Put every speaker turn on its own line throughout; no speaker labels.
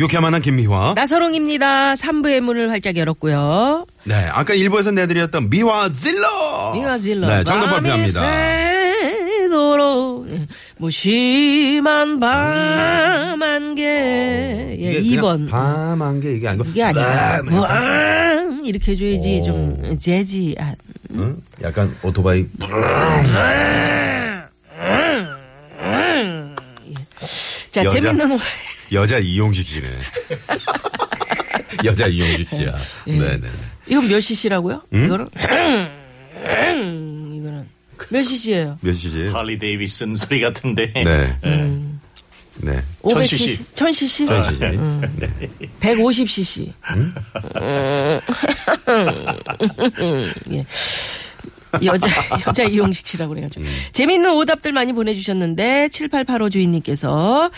유쾌한 만한 김미화.
나서롱입니다. 3부의 문을 활짝 열었고요.
네, 아까 일부에서 내드렸던 미화 질러.
미화질러.
네, 정답 발표합니다.
새도록 무심한 밤한개 예, 2번.
밤한 게 이게 아니고.
이게 아니야.
어,
뭐?
밤, 약간,
왕 이렇게 해줘야지
오.
좀 재지한. 아,
응? 약간 오토바이.
예. 자
여자.
재밌는 화-
여자 이용식 씨네. 여자 이용식 씨야. 네네.
이건 몇 cc라고요? 예. 이거는 이거는 몇 cc예요?
몇 시지?
할리 데이비슨 소리 같은데.
네.
음.
네.
500cc, 1000cc,
몇 시지?
네.
음.
네.
150cc. 예. 여자, 여자 이용식 씨라고 그래가지고.
음.
재밌는 오답들 많이 보내주셨는데, 7885 주인님께서,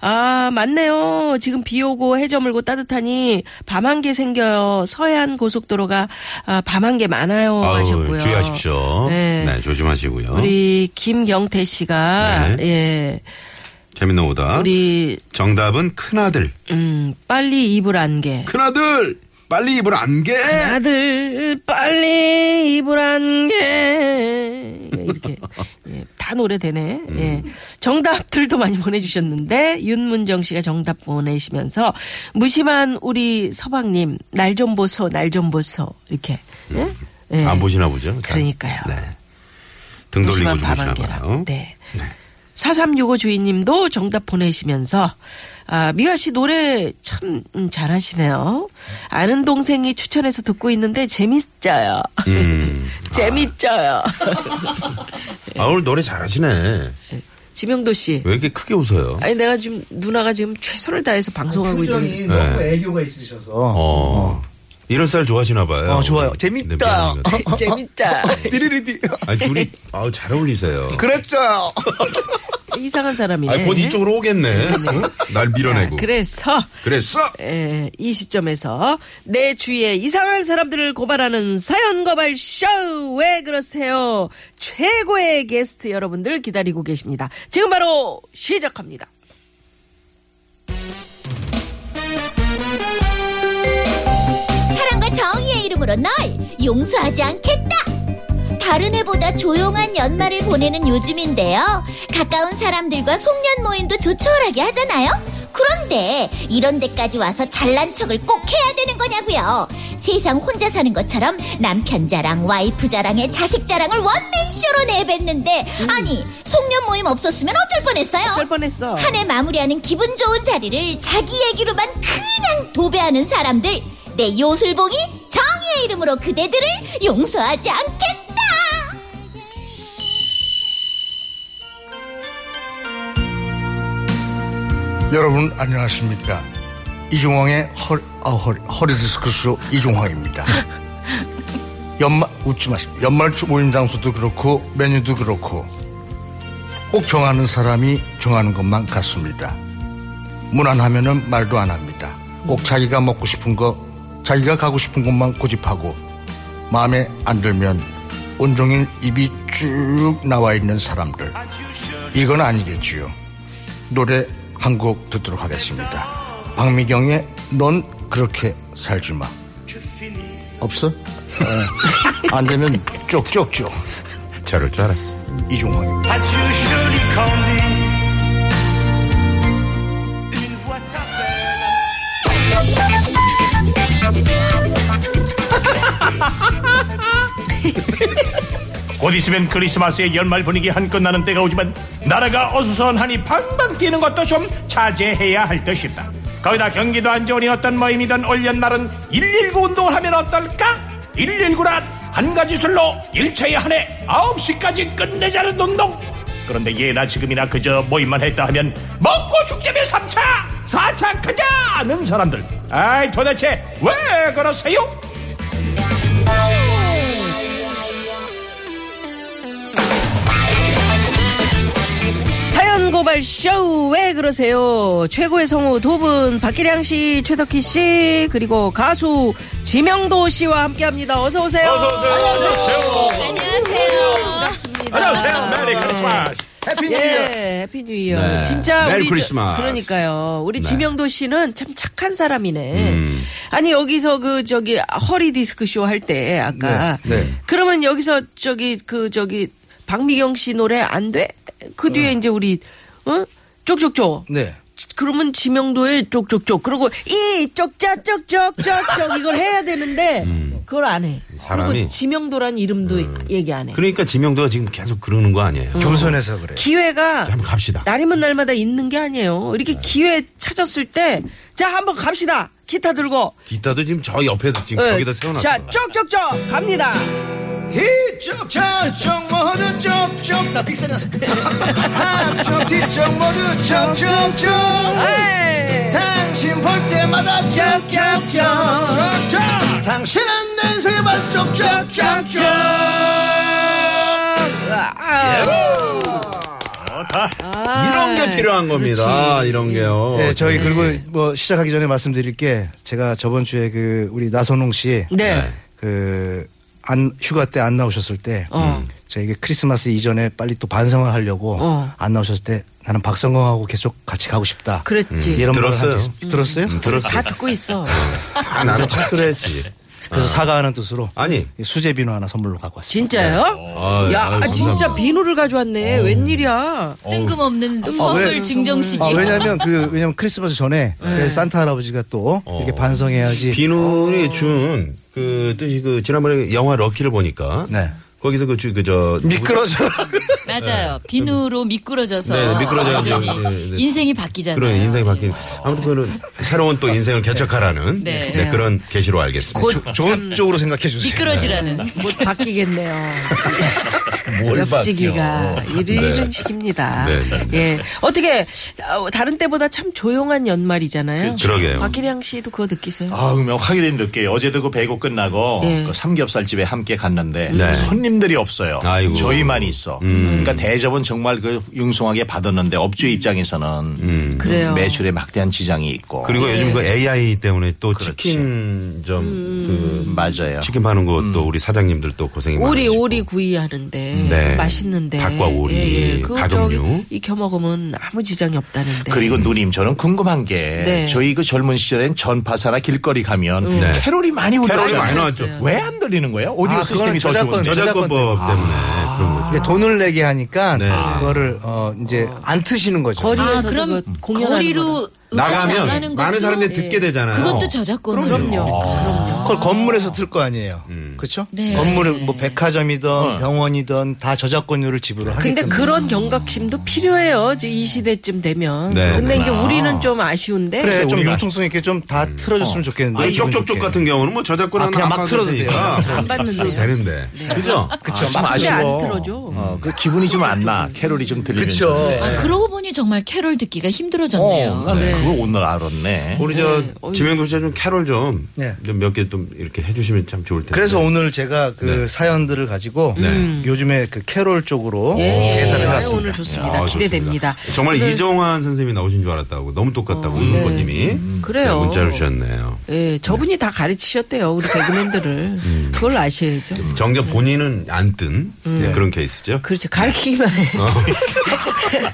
아, 맞네요. 지금 비 오고 해 저물고 따뜻하니 밤 한 개 생겨요. 서해안 고속도로가 아, 밤 한 개 많아요.
아우,
하셨고요.
주의하십시오.
네.
네. 조심하시고요.
우리 김영태 씨가,
네. 아?
예,
재밌는 오다.
우리,
정답은 큰아들.
음, 빨리 입을 안개.
큰아들! 빨리 입을 안개!
아들 빨리 입을 안개 이렇게 예, 다 노래되네.
음.
예. 정답들도 많이 보내주셨는데 윤문정 씨가 정답 보내시면서 무심한 우리 서방님 날 좀 보소 날 좀 보소 이렇게. 예? 예.
안 보시나 보죠? 잘.
그러니까요.
네. 등 돌리고
무심한
주무시나 봐요.
밤안개라고. 네. 4365 주인님도 정답 보내시면서, 아, 미화 씨 노래 참 음, 잘하시네요. 아는 동생이 추천해서 듣고 있는데 재밌어요.
음.
재밌어요.
아, 오늘 노래 잘하시네.
예. 지명도 씨.
왜 이렇게 크게 웃어요?
아니, 내가 지금, 누나가 지금 최선을 다해서 방송하고 있는데. 네.
표정이 너무 애교가 있으셔서.
어. 이런 스타일 좋아하시나 봐요.
어, 좋아요.
네,
재밌다.
미안한 것 같아요.
재밌다.
디리리디.
아니, 둘이, 아우, 잘 어울리세요.
그랬죠.
이상한 사람이네.
아니, 곧 이쪽으로 오겠네. 어? 날 밀어내고.
자, 그래서,
그랬어!
에, 이 시점에서 내 주위에 이상한 사람들을 고발하는 사연 고발 쇼왜 그러세요 최고의 게스트 여러분들 기다리고 계십니다 지금 바로 시작합니다
사랑과 정의의 이름으로 널 용서하지 않겠다. 다른 해보다 조용한 연말을 보내는 요즘인데요. 가까운 사람들과 송년 모임도 조촐하게 하잖아요. 그런데 이런 데까지 와서 잘난 척을 꼭 해야 되는 거냐고요. 세상 혼자 사는 것처럼 남편 자랑, 와이프 자랑에 자식 자랑을 원맨쇼로 내뱉는데 아니 송년 모임 없었으면 어쩔 뻔했어요.
쩔 음. 뻔했어
한 해 마무리하는 기분 좋은 자리를 자기 얘기로만 그냥 도배하는 사람들 내 요술봉이 정의의 이름으로 그대들을 용서하지 않겠다
여러분 안녕하십니까? 이중황의 허, 아, 허리, 허리디스크쇼 이중황입니다. 연말 웃지 마시고 연말 모임 장소도 그렇고 메뉴도 그렇고 꼭 정하는 사람이 정하는 것만 같습니다. 무난하면은 말도 안 합니다. 꼭 자기가 먹고 싶은 거, 자기가 가고 싶은 곳만 고집하고 마음에 안 들면 온종일 입이 쭉 나와 있는 사람들 이건 아니겠지요. 노래 한 곡 듣도록 하겠습니다. 박미경의 넌 그렇게 살지 마. 없어? 예. 안 되면 쪽쪽쪽.
저럴 줄 알았어.
이종환입니다.
곧 있으면 크리스마스의 연말 분위기 한껏 나는 때가 오지만 나라가 어수선하니 방방 뛰는 것도 좀 자제해야 할 듯이다. 거기다 경기도 안 좋으니 어떤 모임이든 올 연말은 119 운동을 하면 어떨까? 119란 한 가지 술로 일체에 한해 9시까지 끝내자는 운동. 그런데 예나 지금이나 그저 모임만 했다 하면 먹고 죽자며 3차, 4차 가자 하는 사람들. 아이 도대체 왜 그러세요?
사연 고발 쇼! 왜 그러세요? 최고의 성우 두 분, 박기량 씨, 최덕희 씨, 그리고 가수 지명도 씨와 함께 합니다. 어서오세요.
안녕하세요.
안녕하세요.
안녕하세요. 메리 크리스마스.
해피 뉴 이어
예, 해피 뉴 이어.
네.
진짜
메리
우리 저-
크리스마스.
그러니까요. 우리
네.
지명도 씨는 참 착한 사람이네.
음.
아니 여기서 그 저기 허리 디스크 쇼 할 때 아까
네, 네.
그러면 여기서 저기 그 저기 박미경 씨 노래 안 돼? 그 뒤에 이제 우리 어? 쪽쪽쪽.
네.
그러면 지명도의 쪽쪽쪽. 그리고 이 쪽자 쪽쪽쪽쪽 이걸 해야 되는데 그걸 안 해. 그리고
음. 사람이-
지명도란 이름도 얘기 안 해.
그러니까 지명도가 지금 계속 그러는 거 아니에요.
겸손해서 음. 그래.
기회가
한번 갑시다. 음. 네.
날이면 날마다 있는 게 아니에요. 이렇게 기회 찾았을 때, 자, 한번 갑시다. 기타 들고.
기타도 지금 저 옆에다 지금
예.
거기다 세워놨어.
자, 쪽쪽쪽 갑니다.
이쪽 저쪽 모두 쪽쪽 나 픽셀 나서 한쪽 뒤쪽 모두 쪽쪽쪽
에이.
당신 볼 때마다
네. 쪽쪽쪽.
당신은 내 세발 쪽쪽쪽쪽
아.
이런 게 필요한 겁니다. 아, 이런 게요.
네, 저희 그리고 뭐 시작하기 전에 말씀드릴 게 제가 저번 주에 그 우리 나선홍
네.
씨그안 휴가 때 안 나오셨을 때
어.
음.
저에게 크리스마스 이전에 빨리 또 반성을 하려고
어.
안 나오셨을 때 나는 박성광하고 계속 같이 가고 싶다. 음.
그랬지.
이런 말을
네. 들었어요. 음,
한 적이 있- 들었어요?
들었어.
다 듣고 있어.
아, 나는 착그했지
그래서 사과하는 뜻으로
아니.
이 수제 비누 하나 선물로 갖고 왔어요.
진짜요?
네.
아유,
야,
아유, 감사합니다.
아,
어. 아,
진짜 비누를 가져왔네. 웬일이야.
뜬금없는 선물 증정식이.
아, 왜냐면 그 왜냐면 크리스마스 전에
네.
그래서 산타 할아버지가 또
어.
이렇게 반성해야지.
비누를 준 그 뜻이 그 지난번에 영화 럭키를 보니까
네.
거기서 그그저
미끄러져.
맞아요. 비누로 미끄러져서.
네, 미끄러져가지고,
완전히
네, 네.
인생이 바뀌잖아요.
그런 인생이 바뀐 아무튼 그런 새로운 또 인생을 개척하라는
네.
네, 그런 게시로 알겠습니다.
곧
좋은 쪽으로 생각해 주세요.
미끄러지라는.
못뭐 바뀌겠네요. 옆지기가 이런
네.
이런 식입니다.
네,
예, 어떻게 어, 다른 때보다 참 조용한 연말이잖아요.
그렇죠. 그러게요.
박기량 씨도 그거 느끼세요?
아, 명확하게 느껴요. 어제도 그 배고 끝나고
예.
그 삼겹살집에 함께 갔는데
네.
손님들이 없어요.
아이고. 음.
저희만 있어. 그러니까 대접은 정말 그 융성하게 받았는데 업주 입장에서는
음. 그래요. 네.
매출에 막대한 지장이
네.
있고.
음. 그리고 요즘 그 AI 때문에 또
그렇죠.
그렇지.
치킨점 그
맞아요.
치킨 파는 것도
음.
우리 사장님들 또 고생이 많으시고
음. 오리 오리 구이 하는데
네.
맛있는데
닭과 오리,
예, 그거
가족류.
저기 익혀 먹으면 아무 지장이 없다는데.
그리고 누님 저는 궁금한 게
네. 음.
저희 그 젊은 시절엔 전파사나 길거리 가면
네.
캐롤이 많이
캐롤이
울렸잖아요.
많이 나왔죠.
그랬어요.
왜 안 들리는 거예요? 오디오
아,
시스템이
그거는
더
저작권.
좋은데.
저작권법 때문에 그런 거죠.
이게 돈을 내게 하니까
네.
그거를 어 이제 안 트시는 거죠.
아,
거리에서
그럼
그거 공연하는 거나.
거리로 음악
나가면
나가는
많은
것도-
사람들이 듣게 되잖아요. 아,
그것도 저작권.
그럼요.
그걸 건물에서 틀 거 아니에요.
음.
그렇죠?
네.
건물에 뭐 백화점이든
네.
병원이든 다 저작권료를 지불을 하기
근데
때문에.
그런 경각심도 필요해요. 이제 이 시대쯤 되면.
네.
근데 이제 우리는 좀 아쉬운데.
그래 좀
우리가-
융통성 있게 좀 다
음.
틀어줬으면 좋겠는데.
아니,
기분
쪽쪽쪽
좋게.
같은 경우는 뭐 저작권
아,
하나
그냥
안
막
받아도
틀어도 돼요.
되니까
안 받는데요. 네. 아,
되는데 그죠?
그쵸.
막 소리 안 들어줘.
아, 어, 그 기분이 좀 안 나. 캐롤이 좀 들리면.
그쵸.
네.
아, 그러고 보니 정말 캐롤 듣기가 힘들어졌네요.
어, 난 그걸 오늘 알았네.
우리 저 지명도 씨가 좀 캐롤 좀
네.
몇 개 좀 이렇게 해주시면 참 좋을 텐데. 네.
그래서 오늘 제가 그 사연들을 가지고 요즘에 그 캐롤 쪽으로
음. 예,
계산을
예.
해봤습니다.
오늘 좋습니다.
어? 아,
기대됩니다. 그
좋습니다. 정말
네.
이정환 선생님이 나오신 줄 알았다고 너무 똑같다고 우승권님이
어, 음.
네,
그래요.
문자를 주셨네요.
예, 저분이 다 가르치셨대요. 우리 개그맨들을.
음.
그걸 아셔야죠.
정작 본인은 안 뜬 그런 케이스죠. 네.
음. 네.
어,
그렇죠. 가르치기만 해.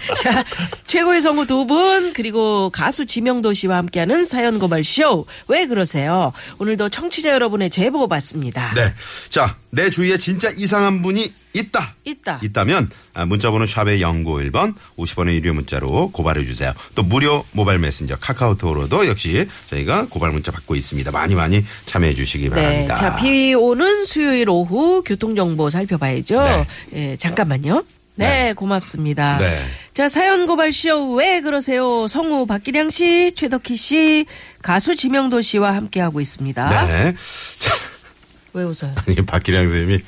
자, 최고의 성우 두 분, 그리고 가수 지명도 씨와 함께하는 사연고발쇼. 왜 그러세요? 오늘도 청취자 여러분의 제보 받습니다.
네. 자, 내 주위에 진짜 이상한 분이 있다.
있다.
있다면 아, 문자번호 샵의 091번 50원의 유료 문자로 고발해 주세요. 또 무료 모바일 메신저 카카오톡으로도 역시 저희가 고발 문자 받고 있습니다. 많이 많이 참여해 주시기
네.
바랍니다.
자, 비 오는 수요일 오후 교통정보 살펴봐야죠.
네.
예, 잠깐만요. 네, 고맙습니다.
네.
자, 사연고발쇼 왜 그러세요? 성우 박기량 씨, 최덕희 씨, 가수 지명도 씨와 함께하고 있습니다.
네. 자,
왜 웃어요?
아니 박기량 선생님이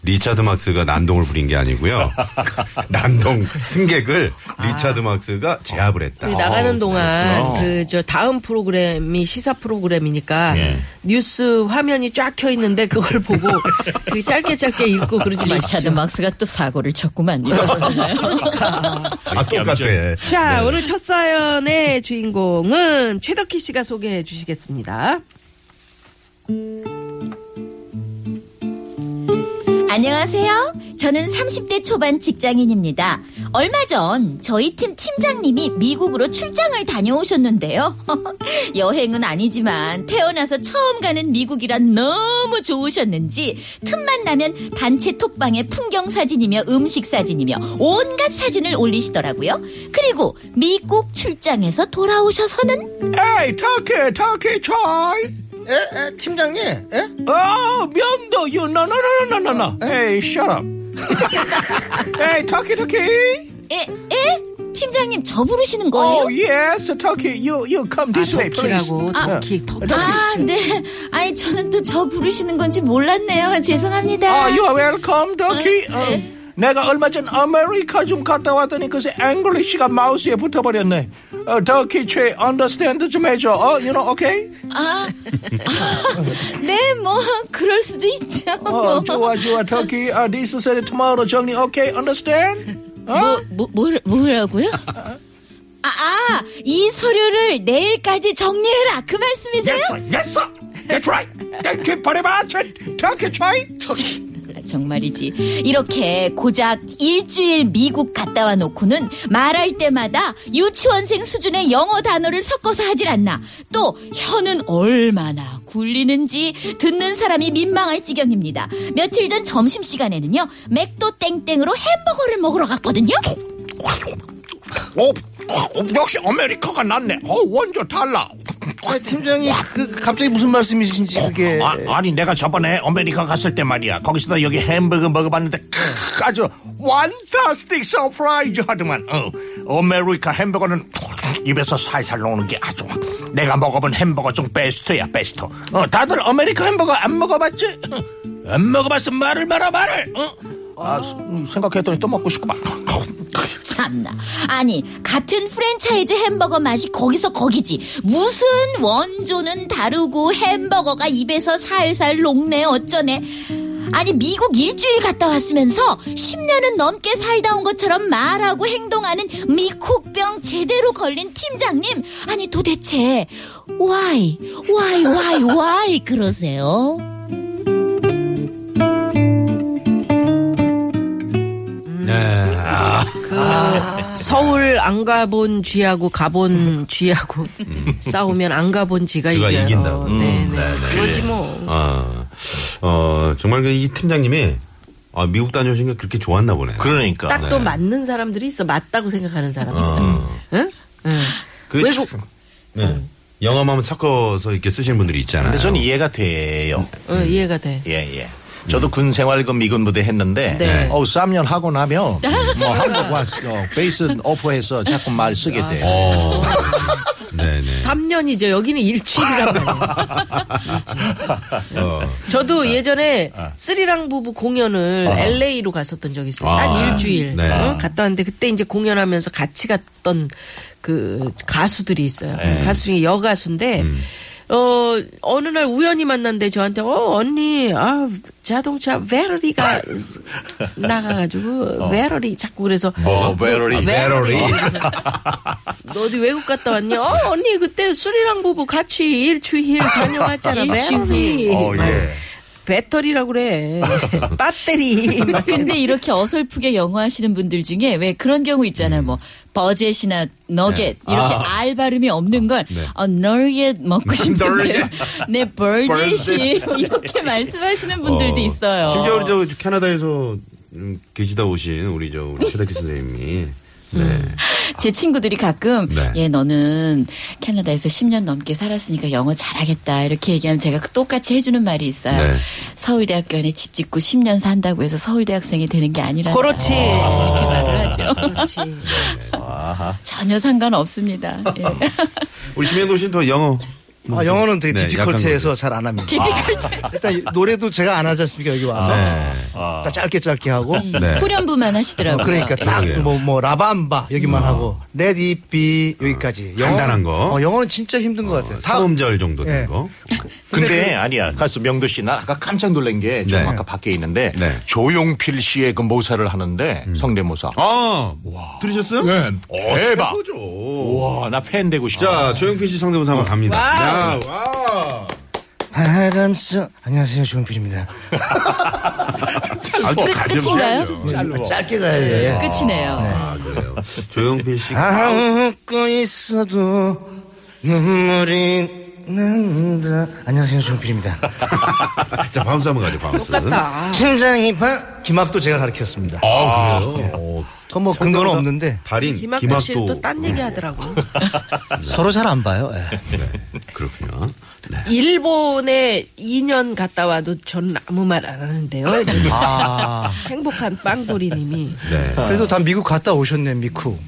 리차드 막스가 난동을 부린 게 아니고요. 난동 승객을 리차드 막스가 제압을 했다. 어, 네.
그 나가는 동안 그 저 다음 프로그램이 시사 프로그램이니까
예.
뉴스 화면이 쫙 켜 있는데 그걸 보고 그 짧게 짧게 읽고 그러지
리차드
마시죠.
막스가 또 사고를 쳤구만. 이러잖아요.
아,
네.
똑같대.
자 오늘 첫 사연의 주인공은 최덕희 씨가 소개해 주시겠습니다.
안녕하세요. 저는 30대 초반 직장인입니다. 얼마 전 저희 팀 팀장님이 미국으로 출장을 다녀오셨는데요. 여행은 아니지만 태어나서 처음 가는 미국이란 너무 좋으셨는지 틈만 나면 단체 톡방에 풍경 사진이며 음식 사진이며 온갖 사진을 올리시더라고요. 그리고 미국 출장에서 돌아오셔서는
에이 터키 터키 초이
에? 에? 팀장님? 에? 어?
어 명도 유나나나나나나 에이 셔럽 에이 터키 터키
에? 에? 팀장님 저 부르시는 거예요?
Oh yes, Turkey, you you come this way, please. 어.
터키라고 터키 터키.
아, 네. 아니, 저는 또 저 부르시는 건지 몰랐네요. 죄송합니다.
Oh, you are welcome, Turkey.
네.
어, 내가 얼마 전 아메리카 좀 갔다 왔더니 그새 잉글리시가 마우스에 붙어버렸네. 어, 터키 최 understand 좀 해줘. 어, you know, okay?
아, 아, 네, 뭐, 그럴 수도 있죠.
어,
뭐,
좋아, 좋아, 터키. 아, this is it tomorrow, 정리, okay, understand? 어?
뭐, 뭐, 뭐, 뭐라고요? 아, 아, 이 서류를 내일까지 정리해라. 그 말씀이세요?
sir, yes, sir. That's right. Thank you very much, Turkey 최.
아, 정말이지. 이렇게 고작 일주일 미국 갔다 와 놓고는 말할 때마다 유치원생 수준의 영어 단어를 섞어서 하질 않나. 또 혀는 얼마나 굴리는지 듣는 사람이 민망할 지경입니다. 며칠 전 점심시간에는요. 맥도 땡땡으로 햄버거를 먹으러 갔거든요.
오, 어? 역시 아메리카가 낫네. 어, 원조 달라.
아, 팀장님 그 갑자기 무슨 말씀이신지 그게
아, 니 내가 저번에 아메리카 갔을 때 말이야 거기서도 여기 햄버거 먹어봤는데 크, 아주 완타스틱 서프라이즈 하더만 어, 아메리카 햄버거는 입에서 살살 녹는 게 아주 내가 먹어본 햄버거 중 베스트야 베스트 어, 다들 아메리카 햄버거 안 먹어봤지? 안 먹어봤으면 말을 말아 말을 어? 아, 생각했더니 또 먹고 싶구만
참나. 아니, 같은 프랜차이즈 햄버거 맛이 거기서 거기지. 무슨 원조는 다르고 햄버거가 입에서 살살 녹네 어쩌네. 아니, 미국 일주일 갔다 왔으면서 10년은 넘게 살다 온 것처럼 말하고 행동하는 미쿡병 제대로 걸린 팀장님. 아니, 도대체, why, why, why, why 그러세요?
네. 아.
아, 서울 안 가본 쥐하고 가본 쥐하고 싸우면 안 가본 쥐가
음. 쥐가
이겨요.
이긴다고. 음,
어, 네네.
네네.
그거지 뭐.
아, 어, 정말 그이 팀장님이 아, 미국 다녀오신 게 그렇게 좋았나 보네.
그러니까
딱 또
네.
맞는 사람들이 있어. 맞다고 생각하는 사람들.
어,
응? 응.
그
외국-
참, 네. 영어만 섞어서 이렇게 쓰시는 분들이 있잖아요.
근데 전 이해가 돼요
어, 이해가 돼.
예, 예. 저도 군 생활금 미군 부대 했는데
네.
어우 3년 하고 나면 뭐 한국 왔어. 베이스 오프해서 자꾸 말 쓰게 돼.
어.
아.
네네.
3년이죠. 여기는 일주일이란 말이에요.
어.
저도 예전에
아.
스리랑 부부 공연을 LA로 갔었던 적이 있어요. 딱
아,
일주일
네.
어? 갔다 왔는데 그때 이제 공연하면서 같이 갔던 그 가수들이 있어요.
네.
가수 중에 여가수인데
음.
어 어느 날 우연히 만났는데 저한테 어 언니 아 자동차 배터리가 나가가지고 배터리 자꾸 그래서
어, 베러리.
아,
어. 뭐 배터리.
너 어디 외국 갔다 왔니? 어, 언니 그때 수리랑 부부 같이 일주일 다녀왔잖아.
일주일.
배터리.
어, 예.
배터리라 그래. 배터리. 막
근데 이렇게 어설프게 영어 하시는 분들 중에 왜 그런 경우
음.
있잖아요. 뭐 버젯이나
네.
너겟 이렇게
아.
알 발음이 없는 걸 어, 너겟 먹고 싶은데요. 네, 버젯이 이렇게 말씀하시는 분들도
어.
있어요.
심지어 우리 저 캐나다에서 음, 계시다 오신 우리 저 우리 최덕기 선생님이 네.
제 친구들이 가끔
네.
얘 너는 캐나다에서 10년 넘게 살았으니까 영어 잘하겠다 이렇게 얘기하면 제가 그 똑같이 해주는 말이 있어요.
네.
서울대학교 안에 집 짓고 10년 산다고 해서 서울대학생이 되는 게 아니라
그렇지.
이렇게
어.
말을 하죠.
그렇지.
전혀 상관없습니다. 예.
우리 김현도 씨는 또 영어
아, 영어는 되게
네,
디피컬트해서
약한
잘 안 합니다. 아,
디피컬트.
일단 이 노래도 제가 안 하지 않습니까 여기 와서
네.
다 짧게 짧게 하고
네.
음, 후렴부만 하시더라고요.
어?
예.
그러니까 딱 뭐
그러게요.
뭐 라밤바 여기만 하고 레디비 여기까지 영어-
음. 아, 간단한 거.
어, 영어는 진짜 힘든 것 같아요.
사음절 정도 된
예.
거.
근데,
근데
아니야 가수 명도 씨 나 아까 깜짝 놀란 게 지금
네.
아까 밖에 있는데
네. 음.
조용필 씨의 그 모사를 하는데 성대모사
아, 들으셨어요?
네. 대박
최고죠.
우와 나 팬 되고 싶다
자, 조용필 씨 상대모사 한번 갑니다. 야, 와.
바람 쏘 안녕하세요 조용필입니다.
아주
끝-
뭐, 가지
끝인가요?
마세요.
짧게 가야 돼.
끝이네요.
아, 그래요. 조용필 씨.
아, 웃고 있어도 눈물이 난다. 안녕하세요 조용필입니다.
자, 바운스 한번 가죠, 바운스.
똑같다.
심장이 파 김합도 제가 가르쳤습니다.
아, 그래요? 어,
그건 뭐 근거는 없는데
달인,
김학도
김학도. 네.
네, 씨는 또딴 얘기 하더라고.
서로 잘 안 봐요. 예.
네, 그렇군요. 네.
일본에 2년 갔다 와도 저는 아무 말 안 하는데요.
아.
행복한 빵돌이님이
네.
그래도 다 미국 갔다 오셨네 미쿠.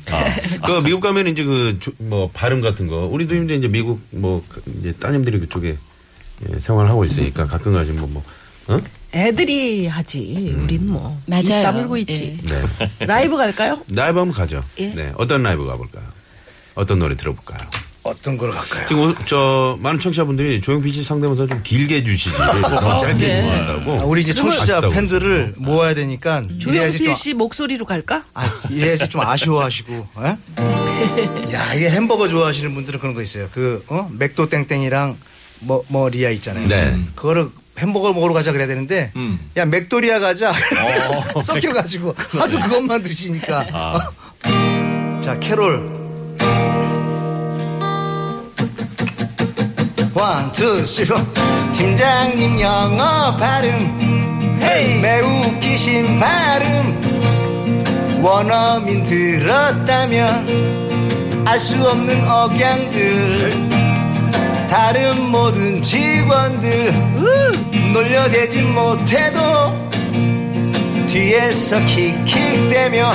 그 미국 가면 이제 그 뭐 발음 같은 거 우리도 이제 이제 미국 뭐 그 이제 따님들이 그쪽에 예, 생활하고 있으니까 가끔 가지 뭐 뭐. 어?
애들이 하지. 우린 뭐.
맞아요.
입 다물고 있지.
네.
라이브 갈까요?
라이브 한번 가죠.
예.
네. 어떤 라이브 가볼까요? 어떤 노래 들어볼까요?
어떤 걸 갈까요?
지금 오- 저 많은 청취자분들이 조용필 씨 상대모사 좀 길게 주시지 너무 짧게 주신다고.
아, 우리 이제 청취자
아쉽다고. 어.
팬들을 모아야 되니까 이래야지 좀
조용필 씨 목소리로 갈까?
아, 이래야지 좀 아쉬워하시고. 예? 야 이게 햄버거 좋아하시는 분들은 그런 거 있어요. 그 어? 맥도 땡땡이랑 뭐, 뭐 리아 있잖아요.
네.
그거를 햄버거 먹으러 가자 그래야 되는데 야 맥도리아 가자
어,
섞여가지고 하도 그것만 드시니까
아.
자 캐롤 원투 쓰리 팀장님 영어 발음 매우 웃기신 발음 원어민 들었다면 알 수 없는 억양들 다른 모든 직원들 놀려대지 못해도 뒤에서 킥킥대며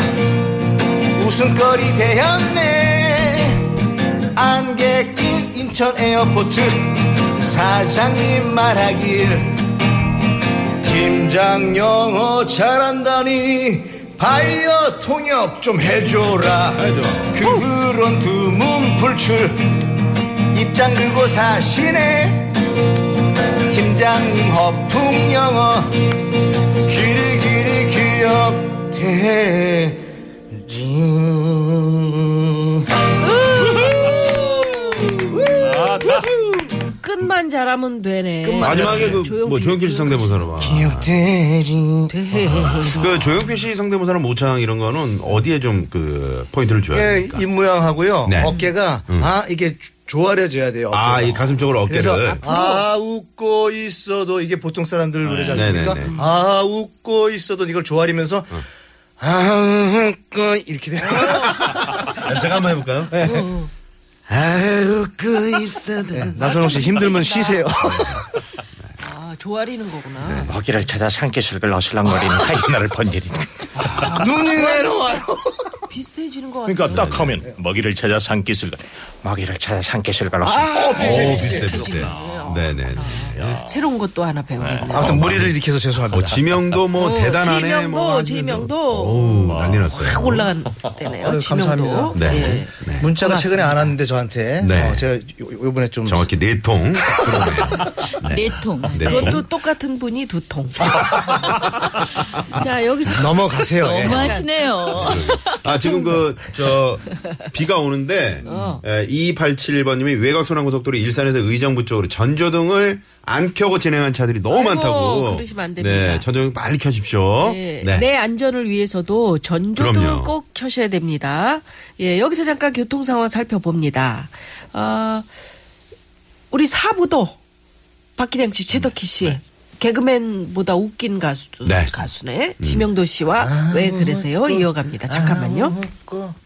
웃음거리 되었네 안개 낀 인천 에어포트 사장님 말하길 팀장 영어 잘한다니 바이어 통역 좀 해줘라 그런 두문 풀출 입장 그고 사시네 팀장님 허풍 영어 길이길이 기억돼
끝만 잘하면 되네.
마지막에 그뭐 조용필 씨 상대모사로 봐.
기억되리
네.
그 조용필 씨 상대모사랑 모창 이런 거는 어디에 좀 그 포인트를 줘야
예,
됩니까?
입 모양하고요
네.
어깨가
음.
아 이게 조- 조아려져야 돼요 어깨가.
아, 이 가슴 쪽으로
그래서
어깨를.
아 웃고 있어도 이게 보통 사람들 노래지 않습니까?
네네네. 음.
아 웃고 있어도 이걸 조아리면서 아 웃고 이렇게 돼요. 네.
아, 제가 한번 해볼까요?
아 웃고 있어도
네.
나선홍 씨 힘들면 쉬세요.
아, 조아리는 거구나.
먹이를 찾아 산기슭을 어슬렁거리는 하이나를 본 일이
아,
눈이 외로워요.
비슷해지는 것 같아.
그러니까
네.
딱 하면 먹이를 찾아 산기슭을 먹이를 찾아 산기슭을 어슬렁
오, 비슷해, 비슷해. 네네.
새로운 것도 하나 배우겠네요.
아무튼 무리를 일으켜서
어,
죄송합니다.
지명도 뭐
어,
대단하네.
지명도,
뭐 하면서.
지명도.
어우, 난리 났어요.
확 올라간대네요.
아유,
지명도.
감사합니다.
네.
예.
네.
문자가 최근에 안 왔는데 저한테
네.
어, 제가 요, 번에좀
정확히 네통 들어오네요. 네.
네통.
네 통.
그것도 똑같은 분이 두 통. 자, 여기서
넘어가세요. 예.
너무하시네요.
아, 지금 그, 저, 비가 오는데,
어.
어.
에, 예, 287번님이 외곽순환고속도로 일산에서 의정부 쪽으로 전조등을 안 켜고 진행한 차들이 너무
아이고,
많다고.
그러시면 안 됩니다.
네, 전조등 빨리 켜십시오.
예,
네.
내 안전을 위해서도 전조등을
그럼요.
꼭 켜셔야 됩니다. 예, 여기서 잠깐 교통 상황 살펴봅니다. 어, 우리 사부도 박기량 씨, 최덕희 씨. 개그맨보다 웃긴 가수
네. 아.
가수네 지명도 씨와 왜 그러세요 이어갑니다 잠깐만요
웃고